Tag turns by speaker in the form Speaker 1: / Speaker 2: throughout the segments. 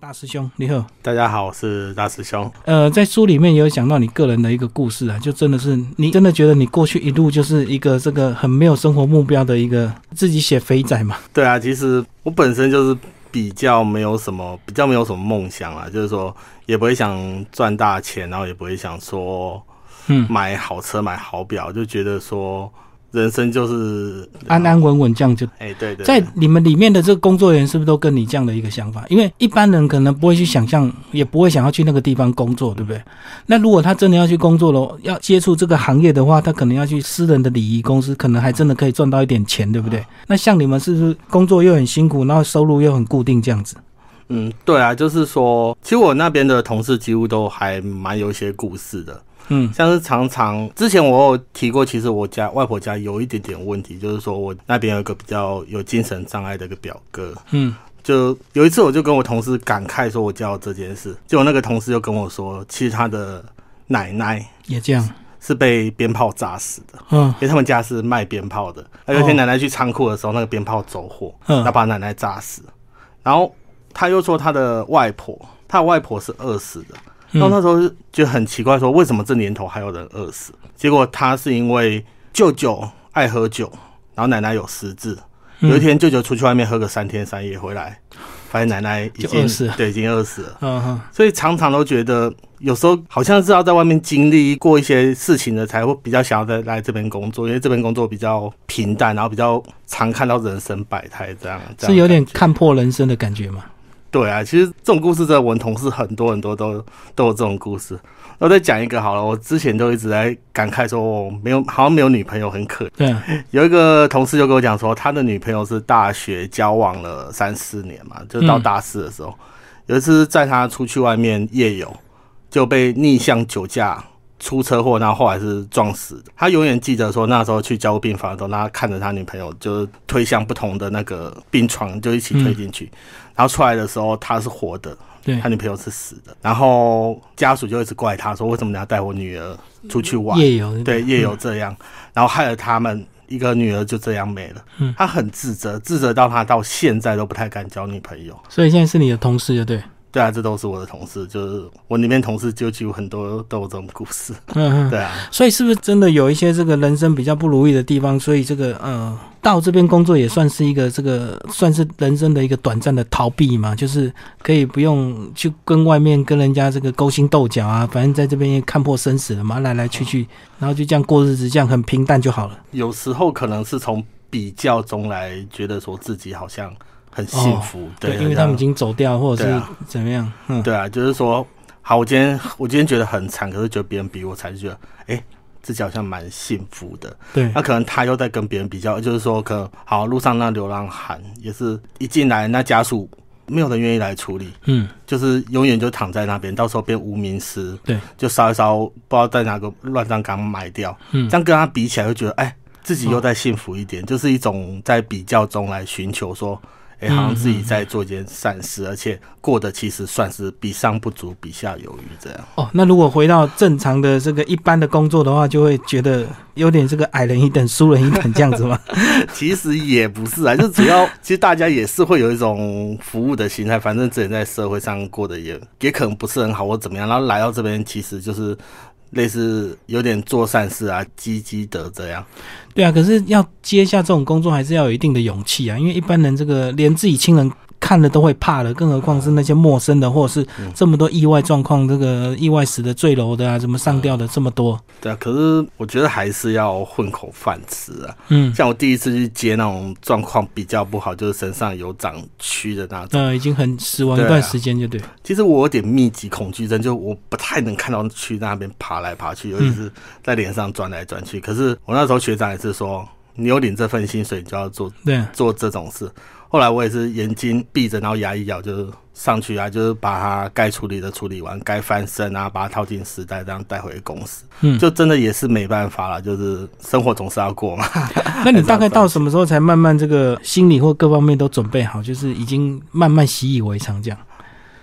Speaker 1: 大师兄，你好。
Speaker 2: 大家好，我是大师兄。
Speaker 1: 呃，在书里面有讲到你个人的一个故事啊，就真的是你真的觉得你过去一路就是一个这个很没有生活目标的一个自己写肥仔嘛。
Speaker 2: 对啊，其实我本身就是比较没有什么，比较没有什么梦想啊，就是说也不会想赚大钱，然后也不会想说
Speaker 1: 嗯，
Speaker 2: 买好车、买好表，就觉得说人生就是
Speaker 1: 安。安稳稳这样就。
Speaker 2: 哎、对对
Speaker 1: 啊在
Speaker 2: 对
Speaker 1: 你们里面的这个工作人员是不是都跟你这样的一个想法？因为一般人可能不会去想象，也不会想要去那个地方工作，对不对？那如果他真的要去工作了，要接触这个行业的话，他可能要去私人的礼仪公司，可能还真的可以赚到一点钱，对不对？那像你们是不是工作又很辛苦，然后收入又很固定这样子？
Speaker 2: 嗯，对啊，就是说，其实我那边的同事几乎都还蛮有一些故事的，
Speaker 1: 嗯
Speaker 2: 像是常常之前我有提过，其实我家外婆家有一点点问题，就是说我那边有一个比较有精神障碍的一个表哥，
Speaker 1: 嗯，
Speaker 2: 就有一次，我就跟我同事感慨说，我家有这件事。结果那个同事就跟我说，其实他的奶奶
Speaker 1: 也这样。
Speaker 2: 是被鞭炮炸死的，
Speaker 1: 嗯
Speaker 2: 因为他们家是卖鞭炮的。那有一天奶奶去仓库的时候，那个鞭炮走火，他
Speaker 1: 嗯
Speaker 2: 把奶奶炸死。然后他又说他的外婆，他的外婆是饿死的。然后那
Speaker 1: 嗯
Speaker 2: 时候就觉得很奇怪，说为什么这年头还有人饿死？结果他是因为舅舅爱喝酒，然后奶奶有失智，
Speaker 1: 嗯
Speaker 2: 有一天舅舅出去外面喝个三天三夜回来，发现奶奶已
Speaker 1: 就
Speaker 2: 经
Speaker 1: 饿死了
Speaker 2: 对，已经饿死了。
Speaker 1: 嗯嗯
Speaker 2: 所以常常都觉得，有时候好像是要在外面经历过一些事情的，才会比较想要再来这边工作，因为这边工作比较平淡，然后比较常看到人生百态，这样这样
Speaker 1: 是有点
Speaker 2: 感觉
Speaker 1: 看破人生的感觉嘛？
Speaker 2: 对啊。其实这种故事，在我们同事很多很多都都有这种故事。我再讲一个好了，我之前都一直在感慨说，我没有好像没有女朋友很可
Speaker 1: 对啊，
Speaker 2: 有一个同事就跟我讲说，他的女朋友是大学交往了三四年嘛，就到大四的时候，有一次在他出去外面夜游，就被逆向酒驾出车祸，然后后来是撞死的。他永远记得说，那时候去交护病房的时候，他看着他女朋友就是推向不同的那个病床，就一起推进去，然后出来的时候他是活的，
Speaker 1: 对
Speaker 2: 他，女朋友是死的，然后家属就一直怪他说，为什么你要带我女儿出去玩？
Speaker 1: 夜游
Speaker 2: 对，夜游这样，然后害了他们一个女儿就这样没了。
Speaker 1: 嗯
Speaker 2: 他很自责，自责到他到现在都不太敢交女朋友。
Speaker 1: 所以现在是你的同事，就对。
Speaker 2: 对啊，这都是我的同事，就是我里面同事就几乎很多都有这种故 事。
Speaker 1: 嗯嗯。
Speaker 2: 对啊，
Speaker 1: 所以是不是真的有一些这个人生比较不如意的地方？所以这个呃，到这边工作也算是一个这个算是人生的一个短暂的逃避嘛，就是可以不用去跟外面跟人家这个勾心斗角啊，反正在这边也看破生死了嘛，来来去去，然后就这样过日子，这样很平淡就好了。
Speaker 2: 有时候可能是从比较中来觉得说自己好像很幸福，对，
Speaker 1: 哦因为他们已
Speaker 2: 这样
Speaker 1: 经走掉或者
Speaker 2: 对
Speaker 1: 是
Speaker 2: 啊
Speaker 1: 怎么样，嗯，
Speaker 2: 对啊，就是说，好，我今天我今天觉得很惨，可是觉得别人比我惨，就觉得哎、自己好像蛮幸福的。
Speaker 1: 对
Speaker 2: 那可能他又在跟别人比较，就是说，可能好路上那流浪汉也是一进来，那家属没有人愿意来处理，
Speaker 1: 嗯，
Speaker 2: 就是永远就躺在那边，到时候变无名尸，
Speaker 1: 对，
Speaker 2: 就烧一烧，不知道在哪个乱葬岗埋掉，
Speaker 1: 嗯哦
Speaker 2: 这样跟他比起来，就觉得哎，自己又再幸福一点，就是一种在比较中来寻求说。哎、好像自
Speaker 1: 嗯
Speaker 2: 己在做一件善事，而且过得其实算是比上不足，比下有余这样。
Speaker 1: 哦，那如果回到正常的这个一般的工作的话，就会觉得有点这个矮人一等、输人一等这样子嘛。
Speaker 2: 其实也不是啊，就只要 其实大家也是会有一种服务的心态，反正之前在社会上过得也也可能不是很好或怎么样，然后来到这边其实就是类似有点做善事啊，积积德这样。
Speaker 1: 对啊，可是要接下这种工作，还是要有一定的勇气啊，因为一般人这个连自己亲人看了都会怕了，更何况是那些陌生的，或者是这么多意外状况，这个意外死的、坠楼的啊，什么上吊的这么多。
Speaker 2: 对啊，可是我觉得还是要混口饭吃啊。
Speaker 1: 嗯，
Speaker 2: 像我第一次去接那种状况比较不好，就是身上有长蛆的那种。
Speaker 1: 那、呃已经很死亡一
Speaker 2: 对
Speaker 1: 段
Speaker 2: 啊
Speaker 1: 时间，就对。
Speaker 2: 其实我有点密集恐惧症，就我不太能看到去那边爬来爬去，尤其是在脸上转来转去。可是我那时候学长也是说，你有领这份薪水，你就要做
Speaker 1: 对啊、
Speaker 2: 做这种事。后来我也是眼睛闭着，然后牙一咬就是上去啊，就是把它该处理的处理完，该翻身啊，把它套进丝带，这样带回公司。
Speaker 1: 嗯
Speaker 2: 就真的也是没办法了，就是生活总是要过嘛。
Speaker 1: 那你大概到什么时候才慢慢这个心理或各方面都准备好，就是已经慢慢习以为常这样？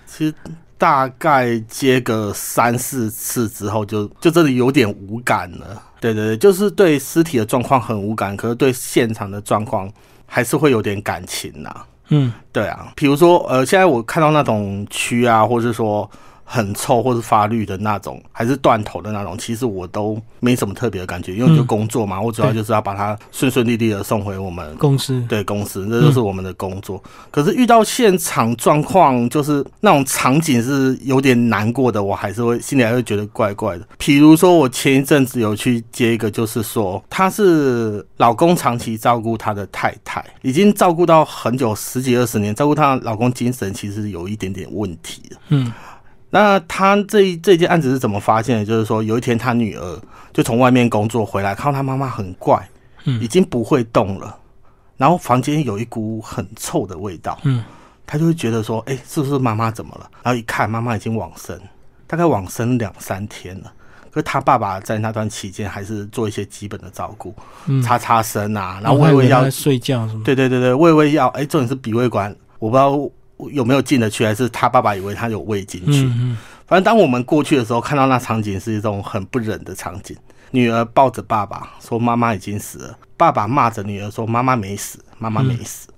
Speaker 2: 其实大概接个三四次之后就，就真的有点无感了。对对对，就是对尸体的状况很无感，可是对现场的状况还是会有点感情呐、
Speaker 1: 嗯
Speaker 2: 对啊，比如说呃，现在我看到那种蛆啊，或是说很臭或是发绿的那种，还是断头的那种，其实我都没什么特别的感觉，因为
Speaker 1: 嗯
Speaker 2: 就工作嘛，我主要就是要把它顺顺利利的送回我们。
Speaker 1: 公司
Speaker 2: 对公司，这就是我们的工作。可是遇到现场状况，就是那种场景是有点难过的，我还是会心里还会觉得怪怪的。比如说，我前一阵子有去接一个，就是说她是老公长期照顾她的太太，已经照顾到很久，十几二十年，照顾她的老公精神其实有一点点问题了
Speaker 1: 嗯
Speaker 2: 那他这一这件案子是怎么发现的？就是说，有一天他女儿就从外面工作回来，看到他妈妈很怪，
Speaker 1: 嗯
Speaker 2: 已经不会动了，然后房间有一股很臭的味道，
Speaker 1: 嗯
Speaker 2: 他就会觉得说，哎、是不是妈妈怎么了？然后一看，妈妈已经往生，大概往生两三天了。可是他爸爸在那段期间还是做一些基本的照顾，
Speaker 1: 嗯，哦
Speaker 2: 擦擦身啊，然
Speaker 1: 然
Speaker 2: 后
Speaker 1: 后还
Speaker 2: 喂
Speaker 1: 以为
Speaker 2: 喂
Speaker 1: 他
Speaker 2: 药
Speaker 1: 在睡觉什么？
Speaker 2: 对对对对，胃胃药，哎、重点是鼻胃管，我不知道有没有进得去，还是他爸爸以为他有喂进去。
Speaker 1: 嗯嗯
Speaker 2: 反正当我们过去的时候，看到那场景是一种很不忍的场景。女儿抱着爸爸说：“妈妈已经死了。”爸爸骂着女儿说：“妈妈没死，妈妈没死。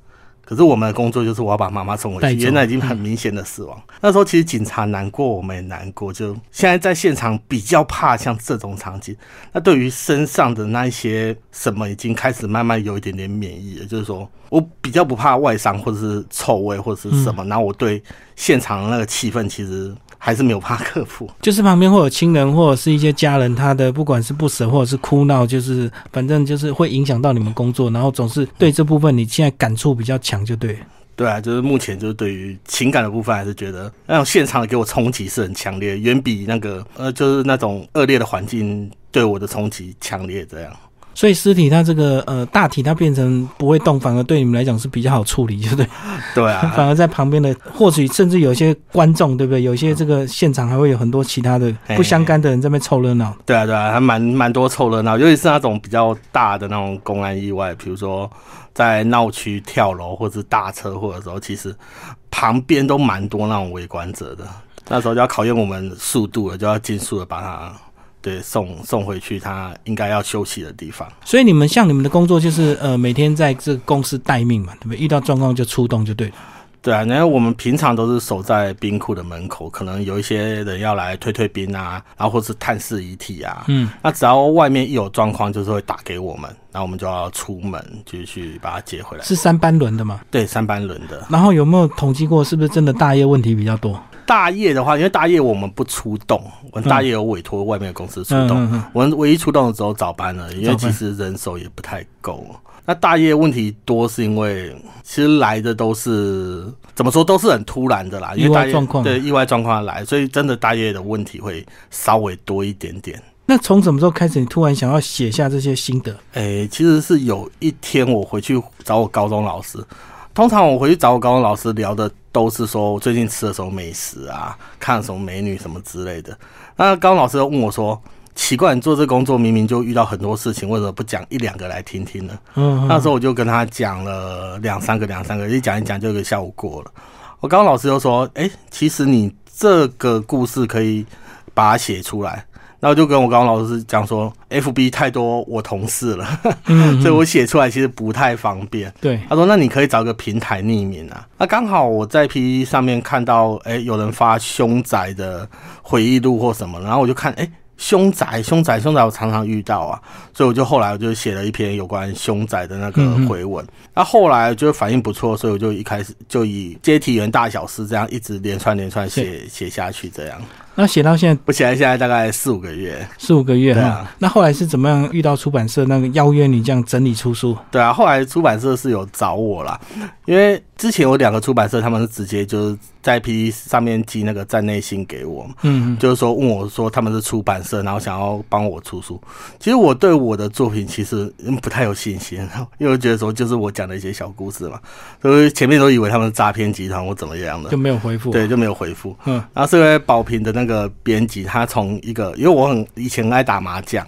Speaker 2: 可是我们的工作就是我要把妈妈送
Speaker 1: 嗯
Speaker 2: 回
Speaker 1: 带
Speaker 2: 去，
Speaker 1: 走
Speaker 2: 原来已经很明显的死亡。那时候其实警察难过，我们也难过。就现在在现场比较怕像这种场景，那对于身上的那一些什么已经开始慢慢有一点点免疫了，就是说我比较不怕外伤或者是臭味或者是什么，
Speaker 1: 嗯
Speaker 2: 然后我对现场的那个气氛其实还是没有办法克服。
Speaker 1: 就是旁边会有亲人或者是一些家人，他的不管是不舍或者是哭闹，就是反正就是会影响到你们工作，然后总是对这部分你现在感触比较强，就对了。
Speaker 2: 对啊，就是目前就是对于情感的部分，还是觉得那种现场给我冲击是很强烈，远比那个呃就是那种恶劣的环境对我的冲击强烈。这样，
Speaker 1: 所以尸体它这个呃大体它变成不会动，反而对你们来讲是比较好处理，对不对？
Speaker 2: 对 啊，
Speaker 1: 反而在旁边的，或许甚至有些观众，对不对？有些这个现场还会有很多其他的
Speaker 2: 嘿
Speaker 1: 不相干的人在那边凑热闹。
Speaker 2: 对啊，对啊，还蛮蛮多凑热闹，尤其是那种比较大的那种公安意外，比如说在闹区跳楼或者大车祸的时候，其实旁边都蛮多那种围观者的。那时候就要考验我们速度了，就要尽速的把他对送送回去他应该要休息的地方。
Speaker 1: 所以你们像你们的工作就是呃每天在这个公司待命嘛，对不对？遇到状况就出动就对了。
Speaker 2: 对啊，然后我们平常都是守在冰库的门口，可能有一些人要来推推冰啊，然后或是探视遗体啊。
Speaker 1: 嗯，
Speaker 2: 那只要外面一有状况，就是会打给我们，然后我们就要出门就去把它接回来。
Speaker 1: 是三班轮的嘛。
Speaker 2: 对，三班轮的
Speaker 1: 然后有没有统计过，是不是真的大业问题比较多？
Speaker 2: 大业的话，因为大业我们不出动，我们大业有委托外面的公司出动，
Speaker 1: 嗯嗯嗯
Speaker 2: 我们唯一出动的只有早班了，因为
Speaker 1: 早
Speaker 2: 其
Speaker 1: 班
Speaker 2: 实人手也不太够。哦那大业问题多是因为其实来的都是怎么说都是很突然的啦，因为
Speaker 1: 意外
Speaker 2: 大业
Speaker 1: 状况啊
Speaker 2: 对意外状况来，所以真的大业的问题会稍微多一点点。
Speaker 1: 那从什么时候开始，你突然想要写下这些心得？
Speaker 2: 诶、其实是有一天我回去找我高中老师，通常我回去找我高中老师聊的都是说我最近吃了什么美食啊，看了什么美女什么之类的。那高中老师又问我说：“奇怪，你做这工作明明就遇到很多事情，为什么不讲一两个来听听呢？”
Speaker 1: 嗯，
Speaker 2: 那时候我就跟他讲了两三个，两三个，一讲一讲就一个下午过了。我刚刚老师又说：“哎、其实你这个故事可以把它写出来。”然后就跟我刚刚老师讲说：“FB 太多我同事了，
Speaker 1: 嗯，嗯
Speaker 2: 所以我写出来其实不太方便。”
Speaker 1: 对，
Speaker 2: 他说：“那你可以找个平台匿名啊。”那刚好我在 P E 上面看到，哎、有人发凶宅的回忆录或什么，然后我就看，哎、凶宅，凶宅，凶宅，我常常遇到啊，所以我就后来我就写了一篇有关凶宅的那个
Speaker 1: 嗯嗯
Speaker 2: 回文。那、后来就反应不错，所以我就一开始就以接体员大小事这样一直连串连串写写下去，这样
Speaker 1: 那写到现在
Speaker 2: 我写了现在大概四五个月。
Speaker 1: 四五个月
Speaker 2: 对
Speaker 1: 哈、
Speaker 2: 啊
Speaker 1: 那后来是怎么样遇到出版社那个邀约你这样整理出书？
Speaker 2: 对啊，后来出版社是有找我啦，因为之前有两个出版社，他们是直接就是在 P D 上面寄那个站内信给我嘛，
Speaker 1: 嗯嗯
Speaker 2: 就是说问我说他们是出版社，然后想要帮我出书。其实我对我的作品其实嗯不太有信心，因为我觉得说就是我讲的一些小故事嘛，所以前面都以为他们是诈骗集团或怎么样的
Speaker 1: 就，没有回复。
Speaker 2: 对，就没有回复。
Speaker 1: 嗯，
Speaker 2: 然后是因为宝瓶的那个编辑，他从一个，因为我很以前很爱打麻将，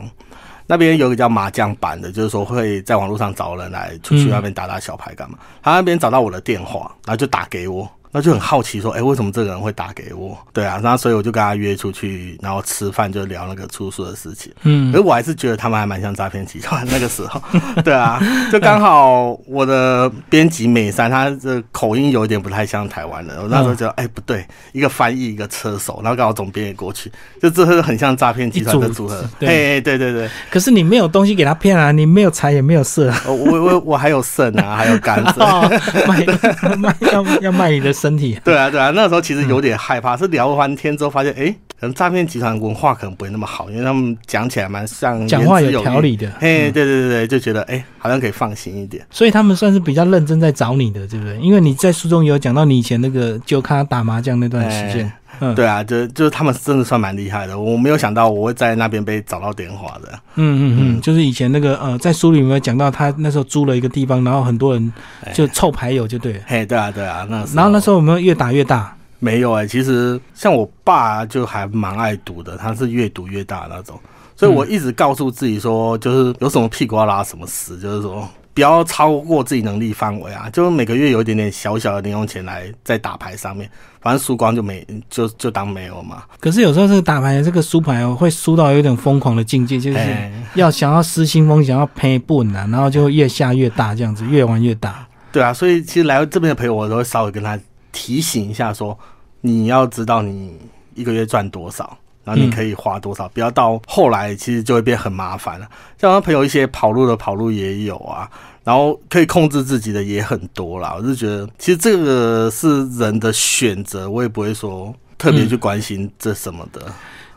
Speaker 2: 那边有一个叫麻将版的，就是说会在网络上找人来出去
Speaker 1: 嗯
Speaker 2: 外面打打小牌干嘛。他那边找到我的电话，然后就打给我，那就很好奇说，哎、为什么这个人会打给我？对啊，那所以我就跟他约出去，然后吃饭就聊那个住宿的事情。
Speaker 1: 嗯
Speaker 2: 可是我还是觉得他们还蛮像诈骗集团那个时候， 对啊，就刚好我的编辑美山，他的口音有一点不太像台湾人，我那
Speaker 1: 嗯
Speaker 2: 时候觉得哎、不对，一个翻译一个车手，然后刚好总编也过去，就这是很像诈骗集团的
Speaker 1: 一组
Speaker 2: 组合。
Speaker 1: 对
Speaker 2: 嘿，对对对，
Speaker 1: 可是你没有东西给他骗啊，你没有财也没有色，啊
Speaker 2: 哦我我我还有肾啊，还有肝 子。
Speaker 1: 哦，卖卖 要要卖你的身体，
Speaker 2: 对啊，对啊，那时候其实有点害怕，是聊完天之后发现，哎、可能诈骗集团文化可能不会那么好，因为他们讲起来蛮像
Speaker 1: 讲话
Speaker 2: 言
Speaker 1: 嗯
Speaker 2: 之
Speaker 1: 有
Speaker 2: 有
Speaker 1: 条
Speaker 2: 物。
Speaker 1: 理的，
Speaker 2: 嘿，对对对对，就觉得哎、好像可以放心一点。
Speaker 1: 所以他们算是比较认真在找你的，对不对？因为你在书中有讲到你以前那个酒咖打麻将那段时间，嗯
Speaker 2: 对啊，就就是他们真的算蛮厉害的，我没有想到我会在那边被找到电话的。
Speaker 1: 嗯嗯嗯，就是以前那个呃，在书里有没有讲到他那时候租了一个地方，然后很多人就凑牌友就对了，
Speaker 2: 嘿，对啊，对啊，那时候
Speaker 1: 然后那时候有没有越打越大？
Speaker 2: 没有哎、其实像我爸就还蛮爱赌的，他是越赌越大那种，所以我一直告诉自己说，就是有什么屁股要拉什么屎，就是说不要超过自己能力范围啊，就是每个月有一点点小小的零用钱来在打牌上面，反正输光就没就就当没有嘛。
Speaker 1: 可是有时候这个打牌这个输牌哦，会输到有点疯狂的境界，就是
Speaker 2: 哎
Speaker 1: 要想要失心疯，想要赔本啊，然后就越下越大，这样子越玩越大。
Speaker 2: 对啊，所以其实来这边的朋友，我都会稍微跟他提醒一下说你要知道你一个月赚多少，然后你可以花多少，不要到后来其实就会变很麻烦了。像他朋友一些跑路的跑路也有啊，然后可以控制自己的也很多啦。我是觉得，其实这个是人的选择，我也不会说特别去关心这什么的。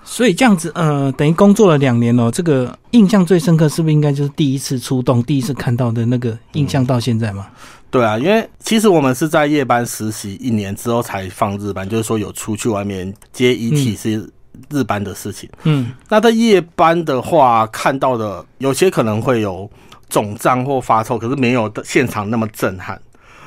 Speaker 1: 所以这样子，呃，等于工作了两年哦，这个印象最深刻是不是应该就是第一次出动，第一次看到的那个印象到现在嘛？
Speaker 2: 对啊，因为其实我们是在夜班实习一年之后才放日班，就是说有出去外面接遗体是日班的事情。
Speaker 1: 嗯
Speaker 2: 那在夜班的话，看到的有些可能会有肿胀或发臭，可是没有现场那么震撼。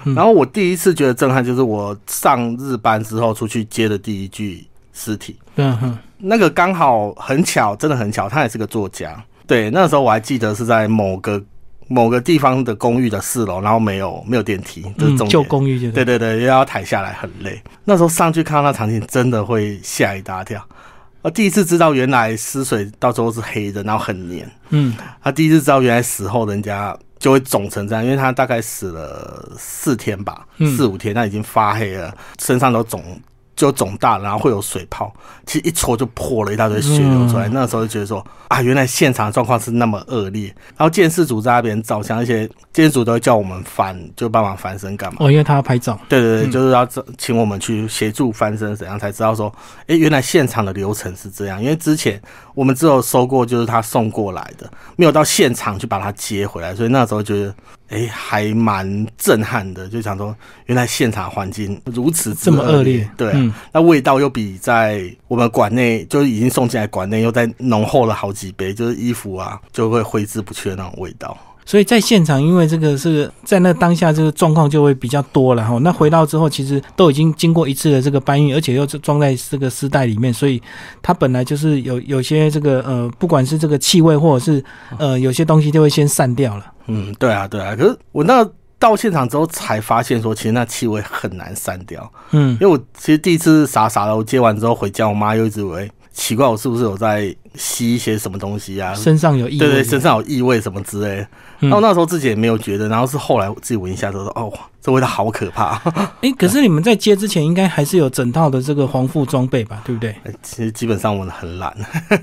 Speaker 1: 嗯
Speaker 2: 然后我第一次觉得震撼，就是我上日班之后出去接的第一具尸体。
Speaker 1: 嗯哼，
Speaker 2: 那个刚好很巧，真的很巧，他也是个作家。对，那时候我还记得是在某个某个地方的公寓的四楼，然后没有没有电梯，这是
Speaker 1: 嗯，
Speaker 2: 重
Speaker 1: 旧
Speaker 2: 点。
Speaker 1: 公寓就
Speaker 2: 对对对，又要抬下来很累。那时候上去看到那场景，真的会吓一大跳。我第一次知道原来尸水到时候是黑的，然后很黏。
Speaker 1: 嗯
Speaker 2: 他第一次知道原来死后人家就会肿成这样，因为他大概死了四天吧，
Speaker 1: 嗯
Speaker 2: 四五天，那已经发黑了，身上都肿。就肿大了，然后会有水泡，其实一戳就破了一大堆血流出来。
Speaker 1: 嗯
Speaker 2: 那时候就觉得说啊，原来现场状况是那么恶劣。然后监视组在那边照相，而且监视组都会叫我们翻，就帮忙翻身干嘛？
Speaker 1: 哦，因为他要拍照，
Speaker 2: 对对对，
Speaker 1: 嗯
Speaker 2: 就是要这请我们去协助翻身，怎样才知道说，诶，原来现场的流程是这哦样。因为之前我们只有收过，就是他送过来的，没有到现场去把他接回来，所以那时候觉得，诶，还蛮震撼的，就想说，原来现场环境如此之
Speaker 1: 这么恶劣，
Speaker 2: 对啊、
Speaker 1: 嗯
Speaker 2: 那味道又比在我们馆内就是已经送进来馆内又再浓厚了好几倍，就是衣服啊就会挥之不去的那种味道。
Speaker 1: 所以在现场，因为这个是在那当下这个状况就会比较多了哈。那回到之后，其实都已经经过一次的这个搬运，而且又是装在这个丝带里面，所以它本来就是有有些这个呃，不管是这个气味或者是呃有些东西就会先散掉了。
Speaker 2: 嗯，对啊，对啊。可是我那到现场之后才发现说，其实那气味很难散掉，
Speaker 1: 嗯
Speaker 2: 因为我其实第一次傻傻的，我接完之后回家，我妈又一直以为奇怪，我是不是有在吸一些什么东西啊？
Speaker 1: 身上有异味，
Speaker 2: 对对，身上有异味什么之类的。
Speaker 1: 嗯
Speaker 2: 然后那时候自己也没有觉得，然后是后来我自己闻一下之后说，哦，这味道好可怕。
Speaker 1: 哎、可是你们在接之前应该还是有整套的这个防护装备吧，对不对？
Speaker 2: 其实基本上我很懒，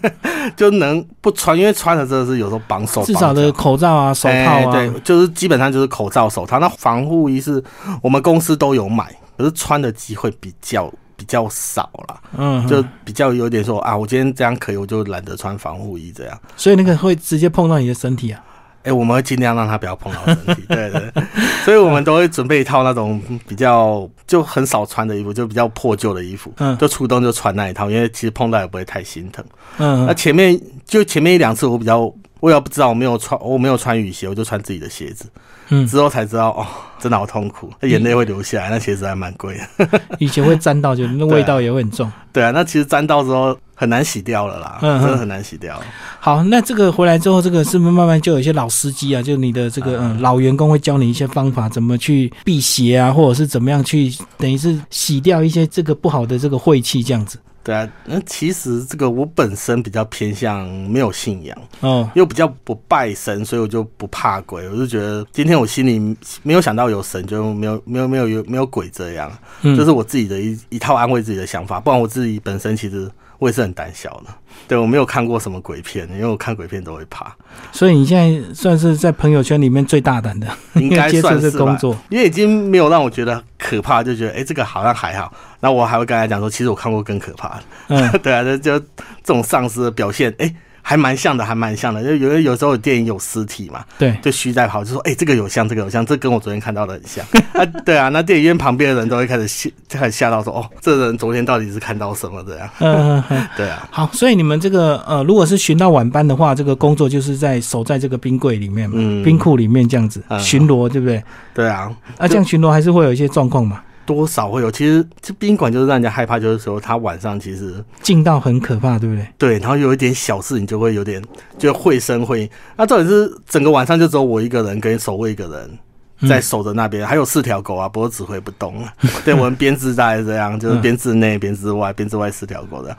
Speaker 2: 就能不穿，因为穿了真的是有时候绑手
Speaker 1: 至少
Speaker 2: 绑脚
Speaker 1: 的口罩啊、手套啊，
Speaker 2: 哎对，就是基本上就是口罩、手套。那防护衣是我们公司都有买，可是穿的机会比较比较少啦，
Speaker 1: 嗯，
Speaker 2: 就比较有点说啊，我今天这样可以，我就懒得穿防护衣这样。
Speaker 1: 所以那个会直接碰到你的身体啊。
Speaker 2: 哎、我们会尽量让它不要碰到身 体，对对对，所以我们都会准备一套那种比较就很少穿的衣服，就比较破旧的衣服，
Speaker 1: 嗯
Speaker 2: 就出动就穿那一套，因为其实碰到也不会太心疼。
Speaker 1: 嗯
Speaker 2: 那，前面就前面一两次我比较我也不知道我没有穿，我没有穿雨鞋，我就穿自己的鞋子。
Speaker 1: 嗯，
Speaker 2: 之后才知道哦，真的好痛苦，那眼泪会流下来。那鞋子还蛮贵的，
Speaker 1: 以前会沾到，就那味道也会很重。
Speaker 2: 对啊，那其实沾到之后很难洗掉了啦，
Speaker 1: 嗯嗯
Speaker 2: 真的很难洗掉。
Speaker 1: 好，那这个回来之后，这个是不是慢慢就有一些老司机啊，就你的这个嗯老员工会教你一些方法，怎么去辟邪啊，或者是怎么样去等于是洗掉一些这个不好的这个晦气这样子。
Speaker 2: 对啊，那其实这个我本身比较偏向没有信仰，
Speaker 1: 哦，
Speaker 2: 因为我比较不拜神，所以我就不怕鬼。我就觉得今天我心里没有想到有神，就没有没有没有有没有鬼这样，
Speaker 1: 嗯，
Speaker 2: 这是我自己的一一套安慰自己的想法。不然我自己本身其实我也是很胆小的，对我没有看过什么鬼片，因为我看鬼片都会 怕，
Speaker 1: 所以你现在算是在朋友圈里面最大胆的，
Speaker 2: 应该
Speaker 1: 接触
Speaker 2: 算
Speaker 1: 这
Speaker 2: 是
Speaker 1: 个工
Speaker 2: 吧。
Speaker 1: 作。
Speaker 2: 因为已经没有让我觉得可怕，就觉得哎、诶这个好像还好。那我还会跟他讲说，其实我看过更可怕
Speaker 1: 嗯，
Speaker 2: 的。对啊，那就这种丧尸的表现，哎、还蛮像的，还蛮像的。就有有时候有电影有尸体嘛，
Speaker 1: 对，
Speaker 2: 就虚在跑，就说哎、诶这个有像，这个有像，这跟我昨天看到的很像 啊。对啊，那电影院旁边的人都会开始吓，开始吓到说，哦，这人昨天到底是看到什么这样？
Speaker 1: 嗯嗯嗯。
Speaker 2: 对啊，
Speaker 1: 好，所以你们这个呃，如果是巡到晚班的话，这个工作就是在守在这个冰柜里面嘛，
Speaker 2: 嗯
Speaker 1: 冰库里面这样子
Speaker 2: 嗯
Speaker 1: 巡逻，对不对？
Speaker 2: 对啊，
Speaker 1: 啊，这样巡逻还是会有一些状况嘛，
Speaker 2: 多少会有。其实这宾馆就是让人家害怕，就是说他晚上其实
Speaker 1: 进到很可怕，对不对？
Speaker 2: 对，然后有一点小事，你就会有点就会声会影。那重点是整个晚上就只有我一个人跟守卫一个人在守着那边，还有四条狗啊，不过指挥不动啊。对，我们编制大概是这样，就是
Speaker 1: 嗯
Speaker 2: 编制内、编制外、编制外四条狗的。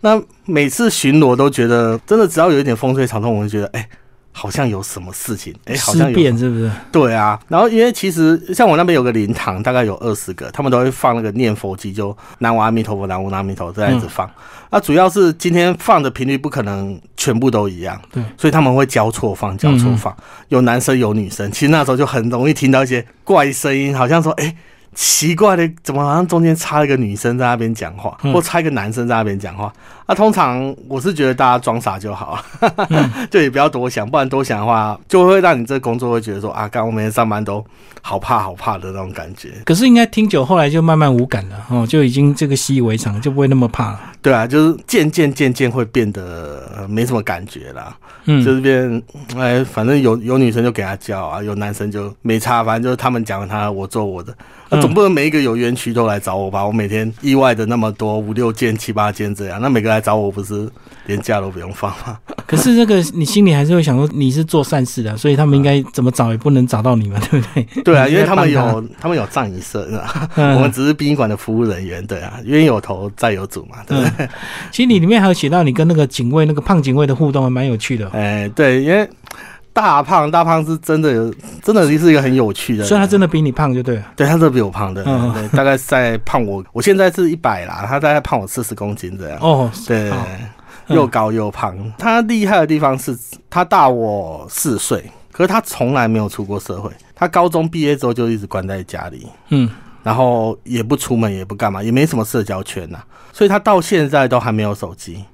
Speaker 2: 那每次巡逻都觉得，真的只要有一点风吹草动，我就觉得，哎、好像有什么事情，哎、好
Speaker 1: 尸
Speaker 2: 像有
Speaker 1: 变是不是？
Speaker 2: 对啊，然后因为其实像我那边有个灵堂，大概有二十个，他们都会放那个念佛机，就南无阿弥陀佛，南无阿弥陀佛这样子放。
Speaker 1: 嗯
Speaker 2: 那、主要是今天放的频率不可能全部都一样，
Speaker 1: 对，嗯
Speaker 2: 所以他们会交错放，交错放，有男生有女生。其实那时候就很容易听到一些怪声音，好像说，哎、奇怪的，怎么好像中间插一个女生在那边讲话，
Speaker 1: 嗯
Speaker 2: 或插一个男生在那边讲话？那、通常我是觉得大家装傻就好，就也不要多想，不然多想的话，就会让你这工作会觉得说啊，刚我每天上班都好怕好怕的那种感觉。
Speaker 1: 可是应该听久，后来就慢慢无感了哦，就已经这个习以为常，就不会那么怕了。
Speaker 2: 对啊，就是渐渐渐渐会变得、呃没什么感觉啦，就
Speaker 1: 嗯，
Speaker 2: 是变哎，反正有有女生就给他叫啊，有男生就没差，反正就是他们讲他，我做我的。那、
Speaker 1: 嗯
Speaker 2: 总不能每一个有冤屈都来找我吧？我每天意外的那么多，五六件、七八件这样，那每个来找我不是连假都不用放吗？
Speaker 1: 可是这个你心里还是会想说，你是做善事的，所以他们应该怎么找也不能找到你嘛，对不对？
Speaker 2: 对啊，因为
Speaker 1: 你在
Speaker 2: 他
Speaker 1: 帮
Speaker 2: 们有他们有葬仪社，呃是吧 我们
Speaker 1: 嗯，
Speaker 2: 只是殡仪馆的服务人员，对啊，冤有头债有主嘛，对不
Speaker 1: 嗯
Speaker 2: 对？
Speaker 1: 其实你里面还有写到你跟那个警卫、那个胖警卫的互动，还蛮有趣的哦。
Speaker 2: 哎、对，因为大胖大胖是真的有，真的是一个很有趣的人，
Speaker 1: 所以他真的比你胖就对了。
Speaker 2: 对他真的比我胖的，
Speaker 1: 嗯
Speaker 2: 对，大概在胖我，我现在是一百啦，他大概胖我四十公斤这样，
Speaker 1: 哦，
Speaker 2: 对
Speaker 1: 好，嗯
Speaker 2: 又高又胖。他厉害的地方是他大我四岁，可是他从来没有出过社会，他高中毕业之后就一直关在家里，
Speaker 1: 嗯，
Speaker 2: 然后也不出门，也不干嘛，也没什么社交圈呐、所以他到现在都还没有手机，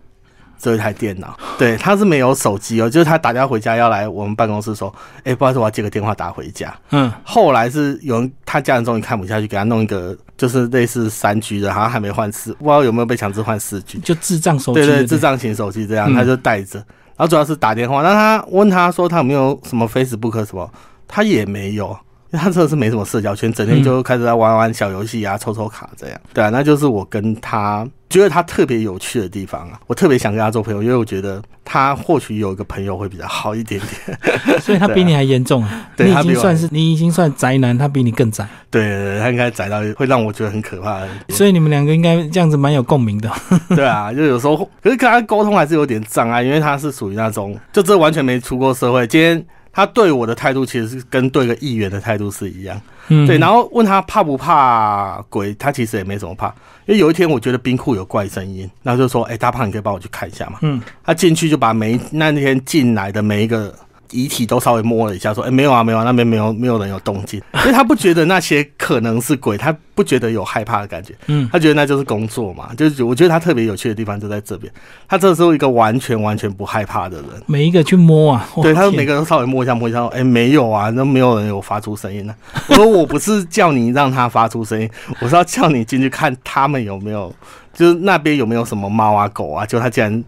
Speaker 2: 只有一台电脑。对，他是没有手机哦，就是他打电话回家要来我们办公室说，哎、不好意思，我要接个电话打回家。
Speaker 1: 嗯，
Speaker 2: 后来是有人他家人终于看不下去，给他弄一个就是类似三 G 的，好像还没换四，不知道有没有被强制换四 G。
Speaker 1: 就智障手机
Speaker 2: 对
Speaker 1: 的，
Speaker 2: 对，智障型手机这样，
Speaker 1: 嗯
Speaker 2: 他就带着。然后主要是打电话，那他问他说他有没有什么 Facebook 什么，他也没有，因为他真的是没什么社交圈，整天就开始在玩玩小游戏啊、抽抽卡这样。对啊，那就是我跟他觉得他特别有趣的地方啊，我特别想跟他做朋友，因为我觉得他或许有一个朋友会比较好一点点。
Speaker 1: 所以他比你还严重啊！
Speaker 2: 对
Speaker 1: 你已
Speaker 2: 他比
Speaker 1: 经
Speaker 2: 我
Speaker 1: 算是你已经算宅男，他比你更宅，
Speaker 2: 对对对，他应该宅到会让我觉得很可怕的。
Speaker 1: 所以你们两个应该这样子蛮有共鸣的。
Speaker 2: 对啊，就有时候，可是跟他沟通还是有点障碍，因为他是属于那种，就这完全没出过社会。今天他对我的态度其实是跟对个议员的态度是一样，
Speaker 1: 嗯，
Speaker 2: 对。然后问他怕不怕鬼，他其实也没什么怕，因为有一天我觉得冰库有怪声音，然后就说：“哎、大胖，你可以帮我去看一下嘛。”
Speaker 1: 嗯，
Speaker 2: 他进去就把每一那天进来的每一个。遗体都稍微摸了一下，说：“哎、没有啊，没有啊，那边没有没有人有 动静。”因为他不觉得那些可能是鬼，他不觉得有害怕的感觉。
Speaker 1: 嗯，
Speaker 2: 他觉得那就是工作嘛，就是我觉得他特别有趣的地方就在这边，他这时候一个完全完全不害怕的人，
Speaker 1: 每一个去摸啊，
Speaker 2: 对，他
Speaker 1: 说
Speaker 2: 说每个都稍微摸一下摸一下，哎、没有啊，那没有人有发出声音呢、我说我不是叫你让他发出声音，我是要叫你进去看他们有没有，就是那边有没有什么猫啊狗啊，就他竟然。
Speaker 1: 嗯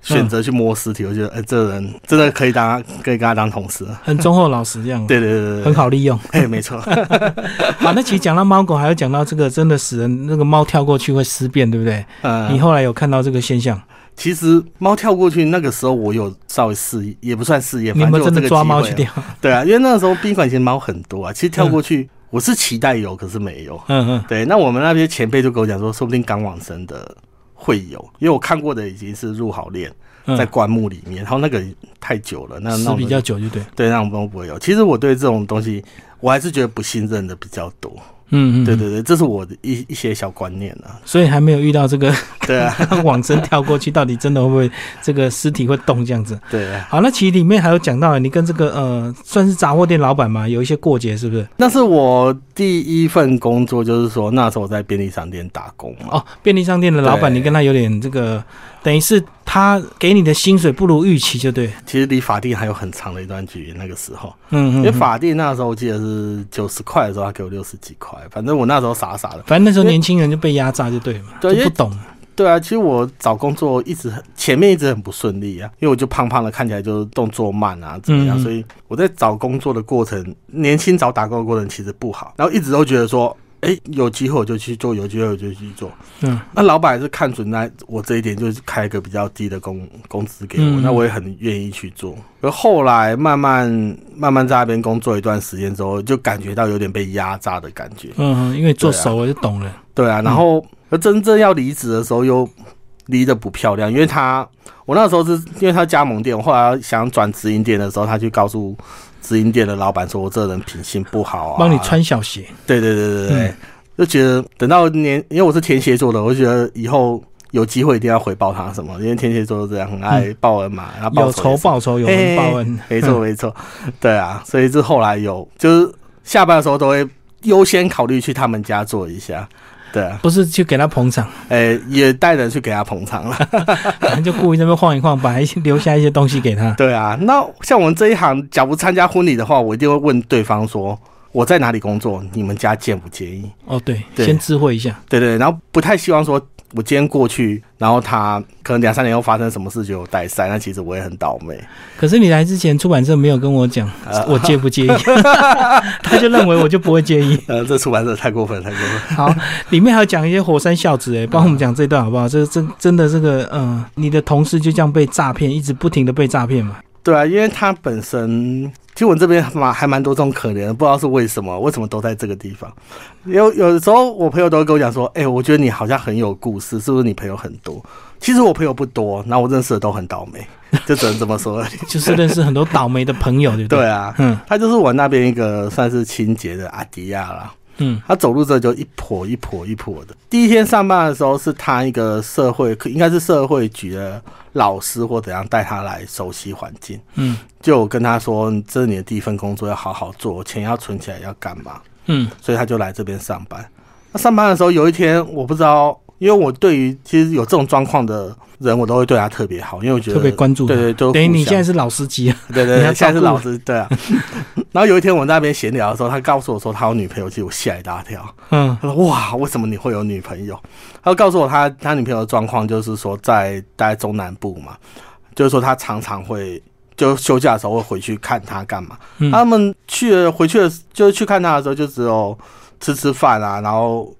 Speaker 2: 选择去摸尸体，我觉得，哎、这人真的可以当可以跟他当同事。
Speaker 1: 很忠厚老实这样，
Speaker 2: 对对对对对，
Speaker 1: 很，好利用。
Speaker 2: 哎、没错，
Speaker 1: 好，那其实讲到猫狗，还有讲到这个真的死人，那个猫跳过去会尸变，对不对？
Speaker 2: 嗯，
Speaker 1: 你后来有看到这个现象？
Speaker 2: 其实猫跳过去那个时候，我有稍微试，也不算试验，
Speaker 1: 你
Speaker 2: 反正
Speaker 1: 们
Speaker 2: 就有
Speaker 1: 真
Speaker 2: 这
Speaker 1: 的
Speaker 2: 个
Speaker 1: 抓
Speaker 2: 机
Speaker 1: 猫
Speaker 2: 会
Speaker 1: 去嗯
Speaker 2: 啊
Speaker 1: 掉？
Speaker 2: 对啊，因为那个时候宾馆其实猫很多啊，其实跳过去、我是期待有，可是没有。
Speaker 1: 嗯嗯，
Speaker 2: 对，那我们那边前辈就跟我讲说，说不定港网生的会有，因为我看过的已经是入好练，
Speaker 1: 嗯
Speaker 2: 在棺木里面，然后那个太久了，那那
Speaker 1: 死
Speaker 2: 我
Speaker 1: 比
Speaker 2: 们
Speaker 1: 较久就对。
Speaker 2: 对，那我们不会有。其实我对这种东西，我还是觉得不信任的比较多。
Speaker 1: 嗯嗯，
Speaker 2: 对
Speaker 1: 嗯。
Speaker 2: 对对，这是我的一一些小观念啊。
Speaker 1: 所以还没有遇到这个
Speaker 2: 对啊，
Speaker 1: 往生跳过去，到底真的会不会这个尸体会动这样子？
Speaker 2: 对啊，
Speaker 1: 好，那其实里面还有讲到你跟这个呃，算是杂货店老板嘛，有一些过节是不是？
Speaker 2: 那是我第一份工作，就是说那时候我在便利商店打工嘛。
Speaker 1: 哦，便利商店的老板，
Speaker 2: 对
Speaker 1: 你跟他有点这个，等于是他给你的薪水不如预期，就对。
Speaker 2: 其实离法定还有很长的一段距离。那个时候，
Speaker 1: 嗯嗯，
Speaker 2: 因
Speaker 1: 嗯
Speaker 2: 为法定那时候我记得是九十块的时候，他给我六十几块，反正我那时候傻傻的。
Speaker 1: 反正那时候年轻人就被压榨，就对嘛，
Speaker 2: 对
Speaker 1: 就
Speaker 2: 因
Speaker 1: 不
Speaker 2: 为
Speaker 1: 懂。
Speaker 2: 对啊，其实我找工作一直很前面一直很不顺利啊，因为我就胖胖的，看起来就是动作慢啊，怎么样？
Speaker 1: 嗯
Speaker 2: 所以我在找工作的过程，年轻找打工的过程其实不好，然后一直都觉得说，哎、有机会我就去做，有机会我就去做。
Speaker 1: 嗯，
Speaker 2: 那老板还是看准那我这一点，就是开一个比较低的工工资给我，
Speaker 1: 嗯
Speaker 2: 那我也很愿意去做。而后来慢慢慢慢在那边工作一段时间之后，就感觉到有点被压榨的感觉。
Speaker 1: 嗯，因为做
Speaker 2: 对啊
Speaker 1: 熟了就懂了。
Speaker 2: 对啊，然后而真正要离职的时候又离得不漂亮，因为他我那时候是因为他加盟店，我后来想转直营店的时候，他去告诉直营店的老板说我这人品性不好啊，
Speaker 1: 帮你，穿小鞋，
Speaker 2: 对对对对对，
Speaker 1: 嗯
Speaker 2: 就觉得等到年，因为我是天蝎座的，我就觉得以后。有机会一定要回报他什么，因为天蝎座是这样，很爱报恩嘛，然后
Speaker 1: 嗯有
Speaker 2: 报仇
Speaker 1: 仇
Speaker 2: 也是
Speaker 1: 报嗯仇，有恩报恩。
Speaker 2: 没错没错，对啊，所以是后来有，就是下班的时候都会优先考虑去他们家做一下，对啊，
Speaker 1: 不是去给他捧场，
Speaker 2: 诶、呃也带人去给他捧场了。
Speaker 1: 就故意在那边晃一晃，把一些留下一些东西给他。
Speaker 2: 对啊，那像我们这一行，假如参加婚礼的话，我一定会问对方说我在哪里工作，你们家介不介意？
Speaker 1: 哦，对，
Speaker 2: 对
Speaker 1: 先知会一下。
Speaker 2: 对对，然后不太希望说我今天过去，然后他可能两三年后发生什么事就有带赛，那其实我也很倒霉。
Speaker 1: 可是你来之前，出版社没有跟我讲
Speaker 2: 呃
Speaker 1: 我介不介 意，他就认为我就不会介意。
Speaker 2: 呃，这出版社太过分，太过分。
Speaker 1: 好，里面还有讲一些火山孝子，哎，帮我们讲这段好不好？这真真的这个，嗯，你的同事就这样被诈骗，一直不停的被诈骗嘛。
Speaker 2: 对啊，因为他本身，其实我这边蛮还蛮多这种可怜的，不知道是为什么，为什么都在这个地方。有有的时候，我朋友都会跟我讲说：“哎、我觉得你好像很有故事，是不是你朋友很多？”其实我朋友不多，然后我认识的都很倒霉， 就只能这么说而 已。
Speaker 1: 就是认识很多倒霉的朋友，对不对？
Speaker 2: 对啊，
Speaker 1: 嗯
Speaker 2: 他就是我那边一个算是清洁的阿迪亚啦。
Speaker 1: 嗯
Speaker 2: 他走路这就一跛一跛一跛的。第一天上班的时候，是他一个社会，应该是社会局的老师或怎样带他来熟悉环境。
Speaker 1: 嗯
Speaker 2: 就我跟他说，你这是你的第一份工作，要好好做，钱要存起来，要干嘛？
Speaker 1: 嗯
Speaker 2: 所以他就来这边上班。那上班的时候，有一天我不知道，因为我对于其实有这种状况的人，我都会对他特别好，因为我觉得
Speaker 1: 特别关注
Speaker 2: 对对，就
Speaker 1: 等于你
Speaker 2: 互相
Speaker 1: 现在是老司机啊，
Speaker 2: 对对
Speaker 1: 你要
Speaker 2: 对，现在是
Speaker 1: 照顾
Speaker 2: 老师对啊。 然后有一天我在那边闲聊的时候，他告诉我说他有女朋友，其实我吓一大跳。
Speaker 1: 嗯
Speaker 2: 他说：“哇，为什么你会有女朋友？”他就告诉我他他女朋友的状况就是说在待中南部嘛，就是说他常常会就休假的时候会回去看他干嘛。
Speaker 1: 嗯
Speaker 2: 他们去了回去了就是去看他的时候，就只有吃吃饭啊，然后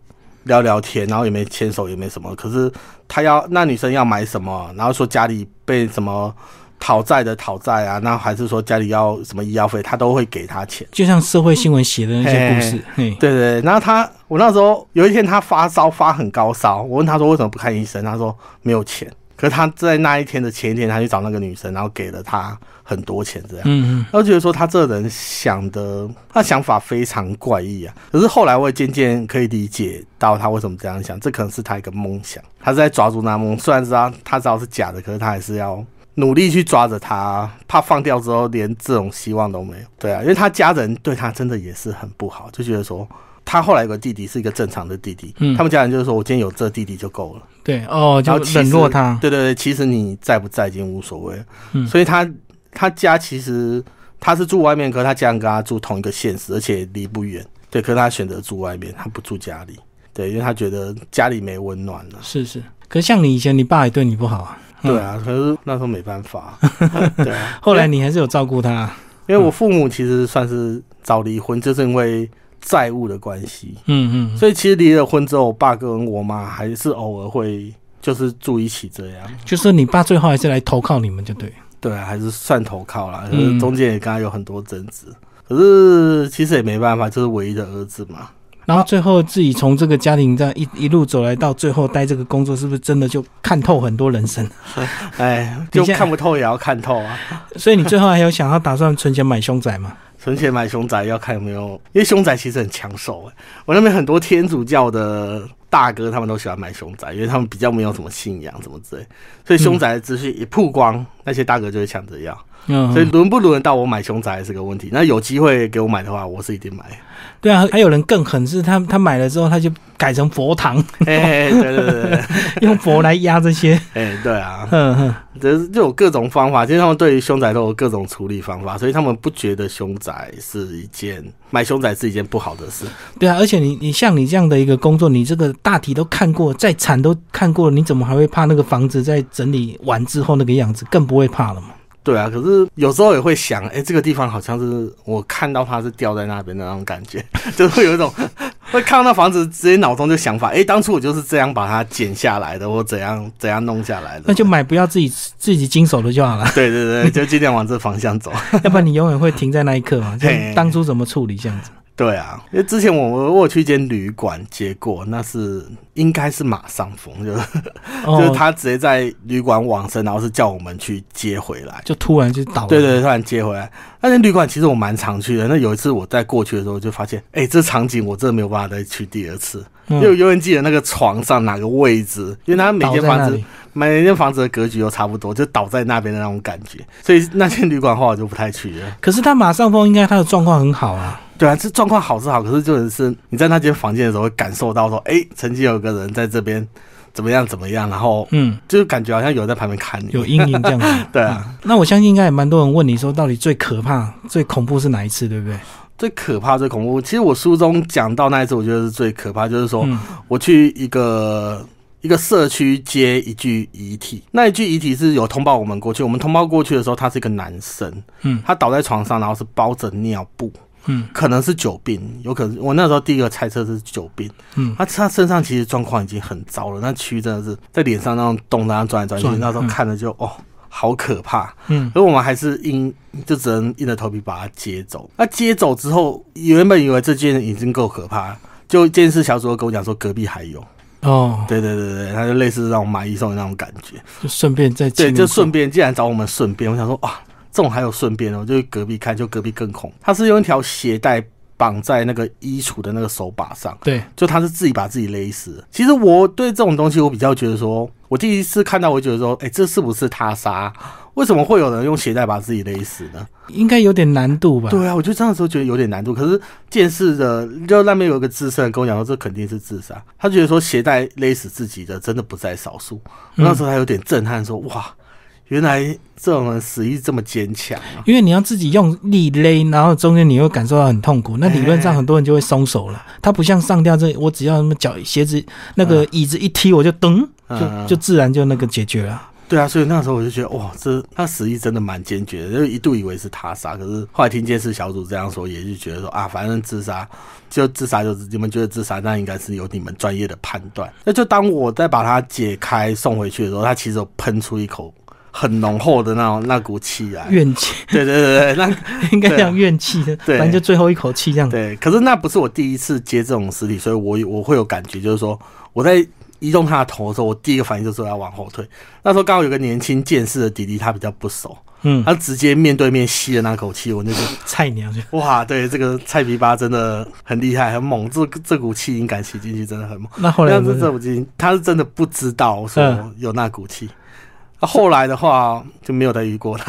Speaker 2: 聊聊天，然后也没牵手，也没什么。可是他要那女生要买什么，然后说家里被什么讨债的讨债啊，那还是说家里要什么医药费，他都会给他钱。
Speaker 1: 就像社会新闻写的那些故事，嘿，
Speaker 2: 对对，对然后他，我那时候有一天他发烧发很高烧，我问他说为什么不看医生，他说没有钱。可是他在那一天的前一天，他去找那个女生，然后给了她很多钱，这样。
Speaker 1: 嗯嗯，
Speaker 2: 他就觉得说他这人想的，他想法非常怪异啊。可是后来我也渐渐可以理解到他为什么这样想，这可能是他一个梦想，他是在抓住那梦。虽然知道他知道是假的，可是他还是要努力去抓着他，怕放掉之后连这种希望都没有。对啊，因为他家人对他真的也是很不好，就觉得说。他后来有个弟弟，是一个正常的弟弟。
Speaker 1: 嗯
Speaker 2: 他们家人就是说，我今天有这弟弟就够了。
Speaker 1: 对，哦，
Speaker 2: 然
Speaker 1: 就
Speaker 2: 后其实
Speaker 1: 冷落他，
Speaker 2: 对对对，其实你在不在已经无所谓了。
Speaker 1: 嗯
Speaker 2: 所以他他家其实他是住外面，可是他家人跟他住同一个县市，而且离不远。对，可是他选择住外面，他不住家里。对，因为他觉得家里没温暖了。
Speaker 1: 是是。可是像你以前，你爸也对你不好啊，
Speaker 2: 对啊，可是那时候没办法， 对啊，
Speaker 1: 后来你还是有照顾他，啊
Speaker 2: 因为我父母其实算是早离婚，就是因为债务的关系，
Speaker 1: 嗯嗯，
Speaker 2: 所以其实离了婚之后，我爸跟我妈还是偶尔会就是住一起这样，
Speaker 1: 就是你爸最后还是来投靠你们，就对，
Speaker 2: 对啊，还是算投靠啦，可
Speaker 1: 嗯
Speaker 2: 是中间也跟他有很多争执，可是其实也没办法，就是唯一的儿子嘛，
Speaker 1: 然后最后自己从这个家庭这样一一路走来到最后待这个工作，是不是真的就看透很多人生？
Speaker 2: 哎，
Speaker 1: 等一
Speaker 2: 就
Speaker 1: 下
Speaker 2: 看不透也要看透啊。
Speaker 1: 所以你最后还有想要打算存钱买凶宅吗？
Speaker 2: 存钱买熊仔要看有没有，因为熊仔其实很抢手哎、我那边很多天主教的大哥他们都喜欢买熊仔，因为他们比较没有什么信仰什么之类，所以熊仔的资讯一曝光，那些大哥就会抢着要。
Speaker 1: 嗯，
Speaker 2: 所以轮不轮得到我买熊仔还是个问题。那有机会给我买的话，我是一定 买。
Speaker 1: 对啊，还有人更狠，是他他买了之后，他就改成佛堂，
Speaker 2: 哎、对对对对，哎、
Speaker 1: 用佛来压这些。
Speaker 2: 对 啊，
Speaker 1: 嗯哼，
Speaker 2: 这就有各种方法，其实他们对于熊仔都有各种处理方法，所以他们不觉得熊仔是一件买熊仔是一件不好的事。
Speaker 1: 对啊，而且你你像你这样的一个工作，你这个大体都看过，再惨都看过了，你怎么还会怕那个房子在整理完之后那个样子？更不会怕了嘛。
Speaker 2: 对啊，可是有时候也会想，哎、这个地方好像是我看到它是掉在那边的那种感觉， 就是会有一种会看到那房子，直接脑中就想法，哎、当初我就是这样把它剪下来的，我怎样怎样弄下来的。
Speaker 1: 那就买不要自己自己经手的就好了，
Speaker 2: 对对对， 就尽量往这方向走。
Speaker 1: 要不然你永远会停在那一刻嘛。就
Speaker 2: 嘿
Speaker 1: 当初怎么处理这样子？
Speaker 2: 对啊，因为之前我我有去一间旅馆接过，那是应该是马上风，就是、 就是
Speaker 1: 哦，
Speaker 2: 他直接在旅馆往生，然后是叫我们去接回来。
Speaker 1: 就突然就倒了。
Speaker 2: 对对，对突然接回来。那间旅馆其实我蛮常去的。那有一次我在过去的时候，就发现，哎、这场景我真的没有办法再去第二次，因为我
Speaker 1: 嗯，
Speaker 2: 永远记得那个床上哪个位置，因为它每
Speaker 1: 倒
Speaker 2: 间
Speaker 1: 在
Speaker 2: 房
Speaker 1: 那
Speaker 2: 子
Speaker 1: 里。
Speaker 2: 每间房子的格局都差不多，就倒在那边的那种感觉。所以那间旅馆后来我就不太去了。
Speaker 1: 可是他马上风，应该他的状况很好啊。
Speaker 2: 对啊，这状况好是好，可是就是你在那间房间的时候会感受到说，哎、曾经有个人在这边怎么样怎么样，然后
Speaker 1: 嗯，
Speaker 2: 就感觉好像有人在旁边看你。
Speaker 1: 有阴影 这样子。
Speaker 2: 对啊，
Speaker 1: 那我相信应该也蛮多人问你说，到底最可怕、最恐怖是哪一次，对不对？
Speaker 2: 最可怕、最恐怖。其实我书中讲到那一次，我觉得是最可怕，就是说。
Speaker 1: 嗯
Speaker 2: 我去一个一个社区接一具遗体，那一具遗体是有通报我们过去，我们通报过去的时候，他是一个男生，
Speaker 1: 嗯
Speaker 2: 他倒在床上，然后是包着尿布，
Speaker 1: 嗯
Speaker 2: 可能是久病，有可能我那时候第一个猜测是久病，
Speaker 1: 嗯，
Speaker 2: 他他身上其实状况已经很糟了，那蛆真的是在脸上那种动，然后转来转去，
Speaker 1: 转
Speaker 2: 那时候
Speaker 1: 嗯
Speaker 2: 看着就哦。好可怕！
Speaker 1: 嗯
Speaker 2: 可是我们还是硬，就只能硬着头皮把他接走。那接走之后，原本以为这件已经够可怕了，就监视小组跟我讲说隔壁还有，
Speaker 1: 哦，
Speaker 2: 对对对对，他就类似让我买一送一那种感觉。
Speaker 1: 就顺便再
Speaker 2: 对，
Speaker 1: 进
Speaker 2: 就
Speaker 1: 一步
Speaker 2: 顺便，既然找我们顺便，我想说哇，这种还有顺便的，我哦就去隔壁看，就隔壁更恐。他是用一条鞋带绑在那个衣橱的那个手把上，
Speaker 1: 对，
Speaker 2: 就他是自己把自己勒死的。其实我对这种东西，我比较觉得说，我第一次看到，我就觉得说，哎、这是不是他杀？为什么会有人用鞋带把自己勒死呢？
Speaker 1: 应该有点难度吧？
Speaker 2: 对啊，我就这样的时候觉得有点难度。可是见识的就那边有一个资深的跟我讲说，这肯定是自杀。他觉得说鞋带勒死自己的真的不在少数。我
Speaker 1: 嗯
Speaker 2: 那时候还有点震撼说，哇，原来这种人死意这么坚强啊！
Speaker 1: 因为你要自己用力勒，然后中间你会感受到很痛苦，那理论上
Speaker 2: 哎
Speaker 1: 很多人就会松手了。他不像上吊这，我只要什么脚鞋子那个
Speaker 2: 啊
Speaker 1: 椅子一踢，我就噔，
Speaker 2: 嗯
Speaker 1: 就就自然就那个解决了。
Speaker 2: 对啊，所以那时候我就觉得，哇，这他死意真的蛮坚决的，就一度以为是他杀，可是后来听监视小组这样说，也就觉得说啊，反正自杀就自杀就是你们觉得自杀，那应该是有你们专业的判断。那就当我在把它解开送回去的时候，它其实有喷出一口很浓厚的那种那股气来。
Speaker 1: 怨气
Speaker 2: 对对对对，那
Speaker 1: 应该
Speaker 2: 对啊
Speaker 1: 讲怨气的，
Speaker 2: 哎对
Speaker 1: 反正就最后一口气这样。
Speaker 2: 对，可是那不是我第一次接这种尸体，所以我我会有感觉，就是说我在移动他的头的时候，我第一个反应就是要往后退。那时候刚好有个年轻见识的弟弟，他比较不熟，
Speaker 1: 嗯，
Speaker 2: 他直接面对面吸了那口气，我就觉得
Speaker 1: 菜鸟就
Speaker 2: 哇，对，这个菜皮巴真的很厉害，很猛，这这股气应敢吸进去，真的很猛。
Speaker 1: 那后来
Speaker 2: 但
Speaker 1: 我
Speaker 2: 是
Speaker 1: 们
Speaker 2: 这股气，他是真的不知道说
Speaker 1: 嗯
Speaker 2: 有那股气。那后来的话就没有再遇过了，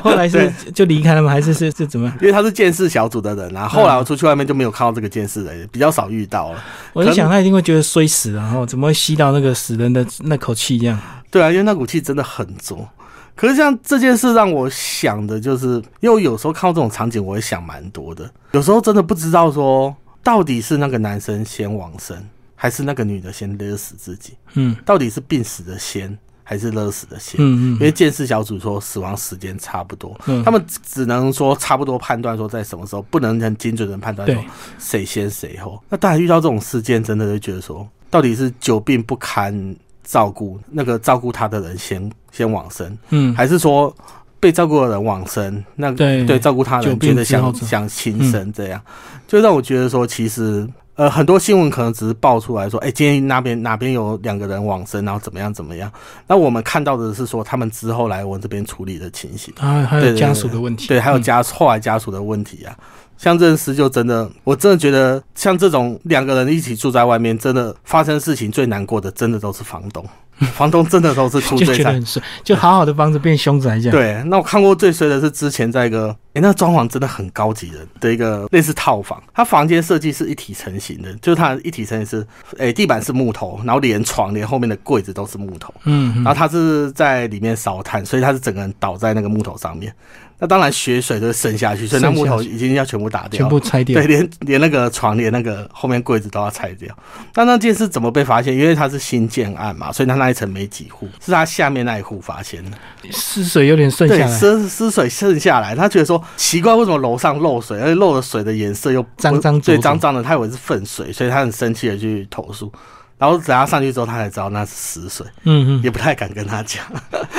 Speaker 1: 后来是就离开了吗？还是是是怎么样？
Speaker 2: 因为他是监视小组的人啊。后来我出去外面就没有看到这个监视人，比较少遇到了。
Speaker 1: 我就想他一定会觉得衰死了，然后怎么会吸到那个死人的那口气这样？
Speaker 2: 对啊，因为那股气真的很重。可是像这件事让我想的，就是因为我有时候看到这种场景，我会想蛮多的。有时候真的不知道说，到底是那个男生先往生，还是那个女的先勒死自己？
Speaker 1: 嗯
Speaker 2: 到底是病死的先，还是勒死的线。
Speaker 1: 嗯
Speaker 2: 因为鉴识小组说死亡时间差不多，
Speaker 1: 嗯
Speaker 2: 他们只能说差不多判断说在什么时候，不能很精准的判断说
Speaker 1: 对
Speaker 2: 谁先谁后。那当然遇到这种事件，真的就觉得说，到底是久病不堪照顾那个照顾他的人先先往生，
Speaker 1: 嗯
Speaker 2: 还是说被照顾的人往生？那
Speaker 1: 对
Speaker 2: 对照顾他的
Speaker 1: 久
Speaker 2: 人
Speaker 1: 病
Speaker 2: 觉得
Speaker 1: 之后
Speaker 2: 想
Speaker 1: 者
Speaker 2: 想轻生
Speaker 1: 嗯
Speaker 2: 这样，就让我觉得说，其实呃很多新闻可能只是爆出来说，哎、今天哪边哪边有两个人往生，然后怎么样怎么样。那我们看到的是说他们之后来我这边处理的情形，
Speaker 1: 还还
Speaker 2: 对
Speaker 1: 有
Speaker 2: 对
Speaker 1: 家
Speaker 2: 对
Speaker 1: 属的问题，
Speaker 2: 对，还有
Speaker 1: 嗯
Speaker 2: 家、后来家属的问题啊。像认识就真的，我真的觉得像这种两个人一起住在外面，真的发生事情最难过的，真的都是房东，房东真的都是出
Speaker 1: 就
Speaker 2: 最
Speaker 1: 觉得
Speaker 2: 惨
Speaker 1: 很衰，就好好的房子变凶宅这样。
Speaker 2: 对，那我看过最衰的是之前在一个，诶，那装潢真的很高级的的一个类似套房，它房间设计是一体成型的，就是它一体成型是，诶，地板是木头，然后连床连后面的柜子都是木头，
Speaker 1: 嗯，嗯
Speaker 2: 然后它是在里面烧炭，所以它是整个人倒在那个木头上面，那当然血水都会渗下去，所以那
Speaker 1: 渗下
Speaker 2: 木头
Speaker 1: 去
Speaker 2: 已经要全部打掉
Speaker 1: 全
Speaker 2: 了，
Speaker 1: 部拆掉
Speaker 2: 对，。连连那个床，连那个后面柜子都要拆掉。那那件事怎么被发现？因为它是新建案嘛，所以它那一层没几户，是它下面那一户发现的。
Speaker 1: 湿水有点渗
Speaker 2: 对
Speaker 1: 下，来，
Speaker 2: 湿湿水渗下来，他觉得说奇怪，为什么楼上漏水，而且漏的水的颜色又
Speaker 1: 脏脏浊
Speaker 2: 对，
Speaker 1: 浊
Speaker 2: 脏脏的，他以为是粪水，所以他很生气的去投诉。然后等他上去之后，他才知道那是死水，
Speaker 1: 嗯嗯
Speaker 2: 也不太敢跟他讲，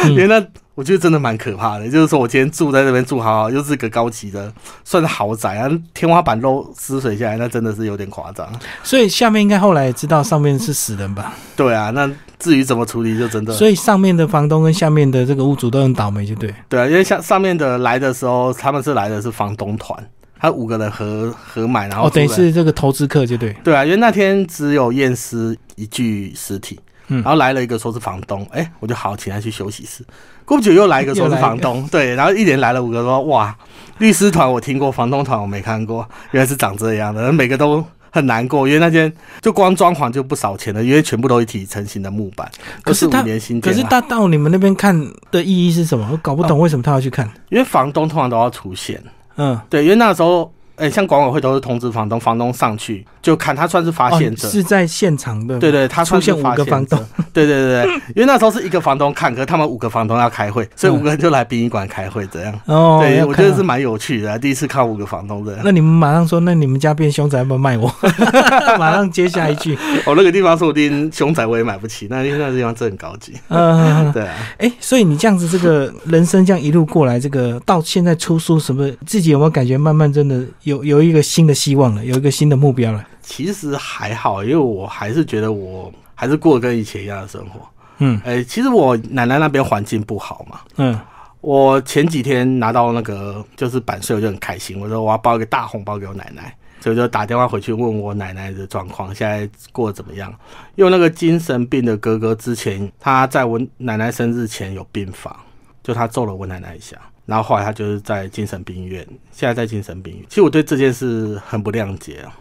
Speaker 2: 因为那我觉得真的蛮可怕的。就是说我今天住在这边住好好，又是个高级的，算是豪宅啊，天花板漏湿水下来，那真的是有点夸张。
Speaker 1: 所以下面应该后来也知道上面是死人吧？
Speaker 2: 对啊，那至于怎么处理，就真的
Speaker 1: 所以上面的房东跟下面的这个屋主都很倒霉，就对。
Speaker 2: 对啊，因为像上面的来的时候，他们是来的是房东团，他五个人合合买，然后
Speaker 1: 哦，等于
Speaker 2: 出来
Speaker 1: 是这个投资客就对。
Speaker 2: 对啊，因为那天只有验尸一具尸体，
Speaker 1: 嗯
Speaker 2: 然后来了一个说是房东，哎、我就好请他去休息室。过不久又来一个说是房 东，对，然后一连来了五个说，哇，律师团我听过，房东团我没看过，原来是长这样的，每个都。很难过，因为那间就光装潢就不少钱了，因为全部都一体成型的木板，
Speaker 1: 可是他
Speaker 2: 五年新建、
Speaker 1: 可
Speaker 2: 啊。哦
Speaker 1: 是他到你们那边看的意义是什么？我搞不懂为什么他要去看。
Speaker 2: 因为房东通常都要出现，
Speaker 1: 嗯，
Speaker 2: 对，因为那时候，哎、像管委会都是通知房东，房东上去就看他算是发现
Speaker 1: 哦
Speaker 2: 者，
Speaker 1: 是在现场的。
Speaker 2: 对对，他
Speaker 1: 出
Speaker 2: 算是
Speaker 1: 现五
Speaker 2: 发
Speaker 1: 个
Speaker 2: 现
Speaker 1: 房
Speaker 2: 者
Speaker 1: 东，
Speaker 2: 对对对对，因为那时候是一个房东看，可是他们五个房东要开会，所以五个人就来殡仪馆开会，这样。
Speaker 1: 哦，
Speaker 2: 对，
Speaker 1: 要
Speaker 2: 我觉
Speaker 1: 看
Speaker 2: 得
Speaker 1: 啊
Speaker 2: 是。蛮有趣的、第一次看五个房东这 样。
Speaker 1: 那你们马上说，那你们家变凶宅，要不要卖我？ 马上接下一句。
Speaker 2: 我、哦那个地方说不定凶宅我也买不起，那因为那地方真的很高级。
Speaker 1: 嗯，
Speaker 2: 对啊，
Speaker 1: 哎、所以你这样子，这个人生这样一路过来，这个到现在出书，什么自己有没有感觉慢慢真的有有一个新的希望了，有一个新的目标了？
Speaker 2: 其实还好，因为我还是觉得我还是过得跟以前一样的生活。
Speaker 1: 嗯
Speaker 2: 哎、其实我奶奶那边环境不好嘛，
Speaker 1: 嗯，
Speaker 2: 我前几天拿到那个就是版税，我就很开心，我说我要包一个大红包给我奶奶，所以我就打电话回去问我奶奶的状况，现在过得怎么样？因为那个精神病的哥哥之前他在我奶奶生日前有病房，就他揍了我奶奶一下。然后后来他就是在精神病院，现在在精神病院。其实我对这件事很不谅解啊，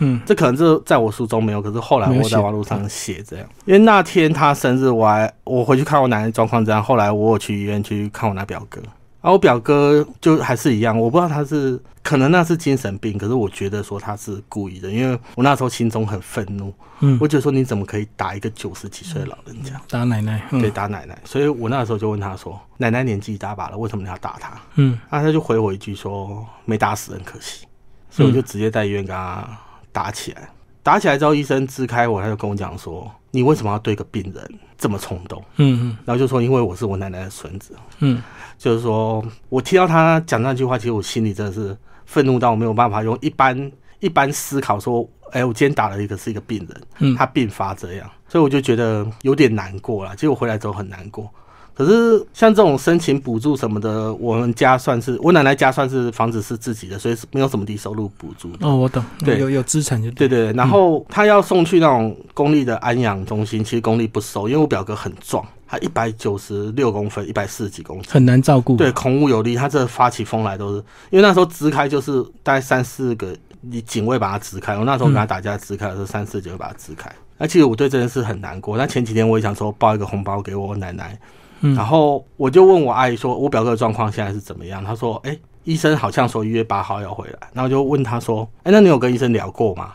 Speaker 1: 嗯，
Speaker 2: 这可能是在我书中没有，可是后来
Speaker 1: 没有
Speaker 2: 我
Speaker 1: 写
Speaker 2: 在网络上写这样。因为那天他生日，我还我回去看我奶奶状况这样，后来我有去医院去看我那表哥，然后我表哥就还是一样，我不知道他是可能那是精神病，可是我觉得说他是故意的，因为我那时候心中很愤怒，
Speaker 1: 嗯
Speaker 2: 我觉得说你怎么可以打一个九十几岁的老人家？
Speaker 1: 打奶奶，
Speaker 2: 对，
Speaker 1: 嗯
Speaker 2: 打奶奶，所以我那时候就问他说：“奶奶年纪一大把了，为什么你要打她
Speaker 1: 嗯？”
Speaker 2: 那啊他就回我一句说：“没打死很可惜。”所以我就直接在医院跟他打起来。打起来之后，医生支开我，他就跟我讲说：“你为什么要对一个病人这么冲动
Speaker 1: 嗯？”
Speaker 2: 然后就说：“因为我是我奶奶的孙子。
Speaker 1: 嗯嗯，”
Speaker 2: 就是说我听到他讲那句话，其实我心里真的是愤怒到我没有办法用一般一般思考说：“哎、我今天打了一个是一个病人。”
Speaker 1: 嗯
Speaker 2: 他并发这样，所以我就觉得有点难过啦。结果回来之后很难过。可是像这种申请补助什么的，我们家算是我奶奶家算是房子是自己的，所以是没有什么低收入补助的。
Speaker 1: 哦，我懂，
Speaker 2: 对
Speaker 1: 有有资产就
Speaker 2: 对对对，然后他要送去那种公立的安养中心，其实公立不收，因为我表哥很壮，他一百九十六公分，一百四十几公斤，
Speaker 1: 很难照顾。
Speaker 2: 对，孔武有力，他这发起疯来都是，因为那时候支开就是大概三四个你警卫把他支开，我那时候跟他打架支开的时候，三四个警卫把他支开。那其实我对这件事很难过，那前几天我也想说包一个红包给我奶奶，
Speaker 1: 嗯
Speaker 2: 然后我就问我阿姨说，我表哥的状况现在是怎么样？她说，哎、医生好像说一月八号要回来，然后我就问她说，哎、那你有跟医生聊过吗？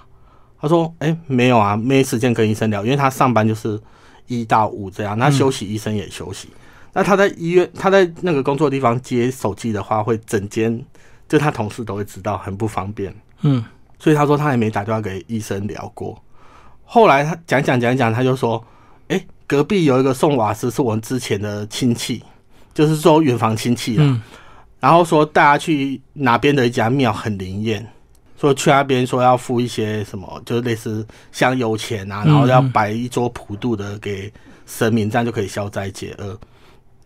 Speaker 2: 她说，哎、没有啊，没时间跟医生聊，因为她上班就是一到五这样，那休息医生也休息。那他在医院，他在那个工作地方接手机的话，会整间就他同事都会知道，很不方便。
Speaker 1: 嗯，
Speaker 2: 所以他说他也没打电话给医生聊过。后来他讲讲讲讲，他就说：“哎、隔壁有一个送瓦斯是我们之前的亲戚，就是说远房亲戚啦。
Speaker 1: 嗯
Speaker 2: 然后说大家去哪边的一家庙很灵验，说去那边说要付一些什么，就是类似香油钱啊，
Speaker 1: 嗯
Speaker 2: 然后要摆一桌普渡的给神明，这样就可以消灾解厄。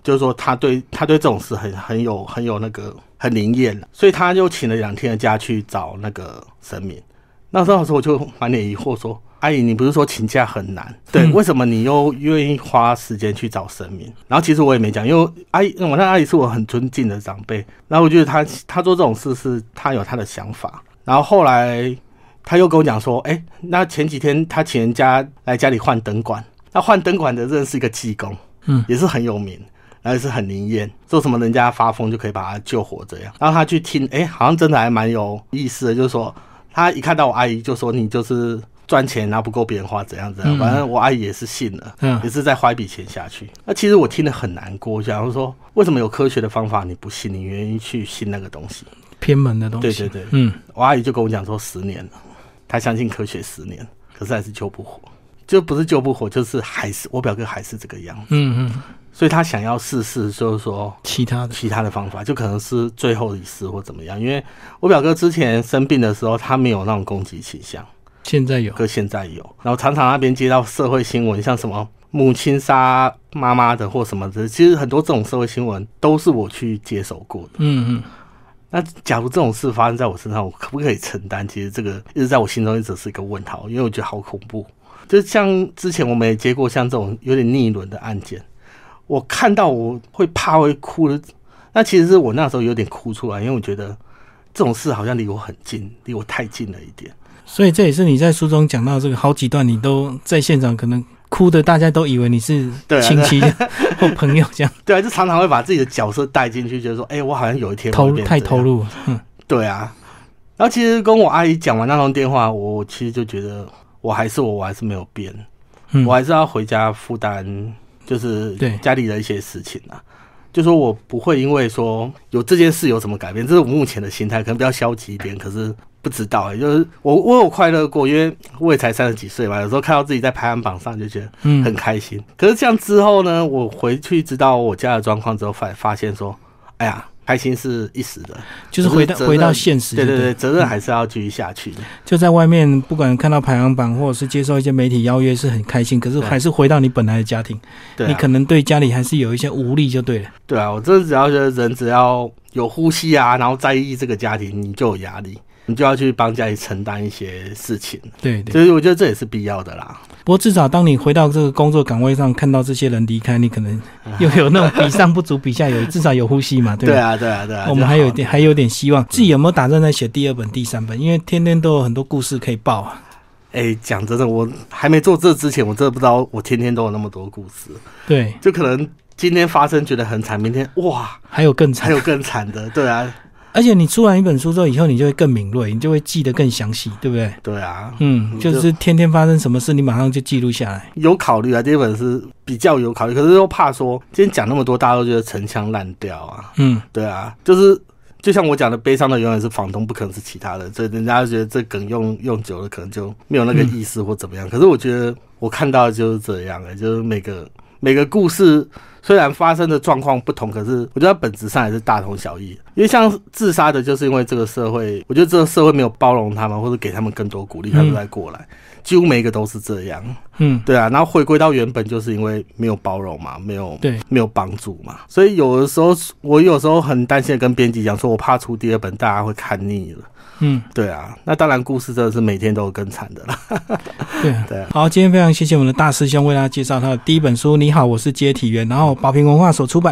Speaker 2: 就是说他对他对这种事很很有很有那个很灵验了，所以他就请了两天的假去找那个神明。那时候我就满脸疑惑说：“阿姨，你不是说请假很难？对，
Speaker 1: 嗯
Speaker 2: 为什么你又愿意花时间去找神明？”然后其实我也没讲，因为阿姨，我那阿姨是我很尊敬的长辈，然后我觉得她她做这种事是她有她的想法。然后后来她又跟我讲说：“哎、那前几天她请人家来家里换灯管，那换灯管的认识一个济公，
Speaker 1: 嗯
Speaker 2: 也是很有名。”然后也是很灵验，说什么人家发疯就可以把他救活这样。然后他去听，哎、好像真的还蛮有意思的，就是说他一看到我阿姨就说你就是赚钱啊拿不够别人花怎样怎样，
Speaker 1: 嗯
Speaker 2: 反正我阿姨也是信了，
Speaker 1: 嗯
Speaker 2: 也是再花一笔钱下去。那其实我听得很难过，我想说为什么有科学的方法你不信，你愿意去信那个东西？
Speaker 1: 偏门的东西。
Speaker 2: 对对对，
Speaker 1: 嗯，
Speaker 2: 我阿姨就跟我讲说十年了，她相信科学十年，可是还是救不活，就不是救不活，就是还是我表哥还是这个样子，
Speaker 1: 嗯嗯，
Speaker 2: 所以他想要试试，就是说
Speaker 1: 其他的，
Speaker 2: 其他的方法，就可能是最后一次或怎么样。因为我表哥之前生病的时候，他没有那种攻击倾向，
Speaker 1: 现在有，
Speaker 2: 可现在有。然后常常那边接到社会新闻，像什么母亲杀妈妈的或什么的，其实很多这种社会新闻都是我去接手过的。
Speaker 1: 嗯嗯，
Speaker 2: 那假如这种事发生在我身上，我可不可以承担？其实这个一直在我心中一直是一个问号，因为我觉得好恐怖。就像之前我们也接过像这种有点逆伦的案件，我看到我会怕会哭的。那其实是我那时候有点哭出来，因为我觉得这种事好像离我很近，离我太近了一点。
Speaker 1: 所以这也是你在书中讲到这个好几段，你都在现场可能哭的，大家都以为你是
Speaker 2: 对啊
Speaker 1: 亲戚或朋友这样，
Speaker 2: 对啊，就常常会把自己的角色带进去，觉得说，哎、我好像有一天
Speaker 1: 投
Speaker 2: 会
Speaker 1: 入
Speaker 2: 变
Speaker 1: 太
Speaker 2: 这样
Speaker 1: 投入了。嗯
Speaker 2: 对啊，然后其实跟我阿姨讲完那通电话，我其实就觉得我还是我，我还是没有变，
Speaker 1: 嗯，
Speaker 2: 我还是要回家负担，就是
Speaker 1: 对
Speaker 2: 家里的一些事情啊。就说我不会因为说有这件事有什么改变，这是我目前的心态，可能比较消极一点，可是不知道、欸，就是我我有快乐过，因为我也才三十几岁嘛，有时候看到自己在排行榜上就觉得
Speaker 1: 嗯
Speaker 2: 很开心。可是这样之后呢，我回去知道我家的状况之后，发发现说，哎呀，开心是一时的，
Speaker 1: 就是回到
Speaker 2: 责任
Speaker 1: 回到现实，
Speaker 2: 对
Speaker 1: 对
Speaker 2: 对对，，责任还是要继续下去的。
Speaker 1: 就在外面，不管看到排行榜或者是接受一些媒体邀约是很开心，可是
Speaker 2: 对
Speaker 1: 还是回到你本来的家庭，
Speaker 2: 对、啊，
Speaker 1: 你可能对家里还是有一些无力，就对了。
Speaker 2: 对啊，我真的只要觉得人只要有呼吸啊，然后在意这个家庭，你就有压力，你就要去帮家里承担一些事情，
Speaker 1: 对对。
Speaker 2: 所以我觉得这也是必要的啦。
Speaker 1: 不过至少当你回到这个工作岗位上，看到这些人离开，你可 能又有那种比上不足，比下有余，至少有呼吸嘛，对吧？
Speaker 2: 嗯对啊，对啊，对啊，
Speaker 1: 我
Speaker 2: 就
Speaker 1: 们
Speaker 2: 好
Speaker 1: 还有一点，还有点希望。自己有没有打算再写第二本、第三本？因为天天都有很多故事可以报啊，
Speaker 2: 哎，讲真的，我还没做这之前，我真的不知道我天天都有那么多故事，
Speaker 1: 对，
Speaker 2: 就可能今天发生觉得很惨，明天哇
Speaker 1: 还有更
Speaker 2: 还
Speaker 1: 长。
Speaker 2: 有更惨的，对啊，
Speaker 1: 而且你出完一本书之后，以后你就会更敏锐，你就会记得更详细，对不对？
Speaker 2: 对啊，
Speaker 1: 嗯，
Speaker 2: 嗯
Speaker 1: 就是天天发生什么事，你马上就记录下来。
Speaker 2: 有考虑啊，这一本是比较有考虑，可是又怕说今天讲那么多，大家都觉得陈腔滥调啊，
Speaker 1: 嗯，
Speaker 2: 对啊，就是就像我讲的，悲伤的永远是房东，不可能是其他人，所以人家觉得这梗用用久了，可能就没有那个意思或怎么样。可是我觉得我看到的就是这样、 欸，就是每个每个故事虽然发生的状况不同，可是我觉得它本质上还是大同小异。因为像自杀的，就是因为这个社会，我觉得这个社会没有包容他们，或者给他们更多鼓励，他们才过来。几乎每一个都是这样，
Speaker 1: 嗯，
Speaker 2: 对啊，然后回归到原本，就是因为没有包容嘛，没有
Speaker 1: 对
Speaker 2: 没有帮助嘛，所以有的时候我有时候很担心地跟编辑讲说，我怕出第二本大家会看腻了。
Speaker 1: 嗯，
Speaker 2: 对啊，那当然故事真的是每天都有更惨的啦。
Speaker 1: 对啊。
Speaker 2: 对啊，
Speaker 1: 好，今天非常谢谢我们的大师兄为大家介绍他的第一本书。你好，我是接体员，然后宝瓶文化所出版。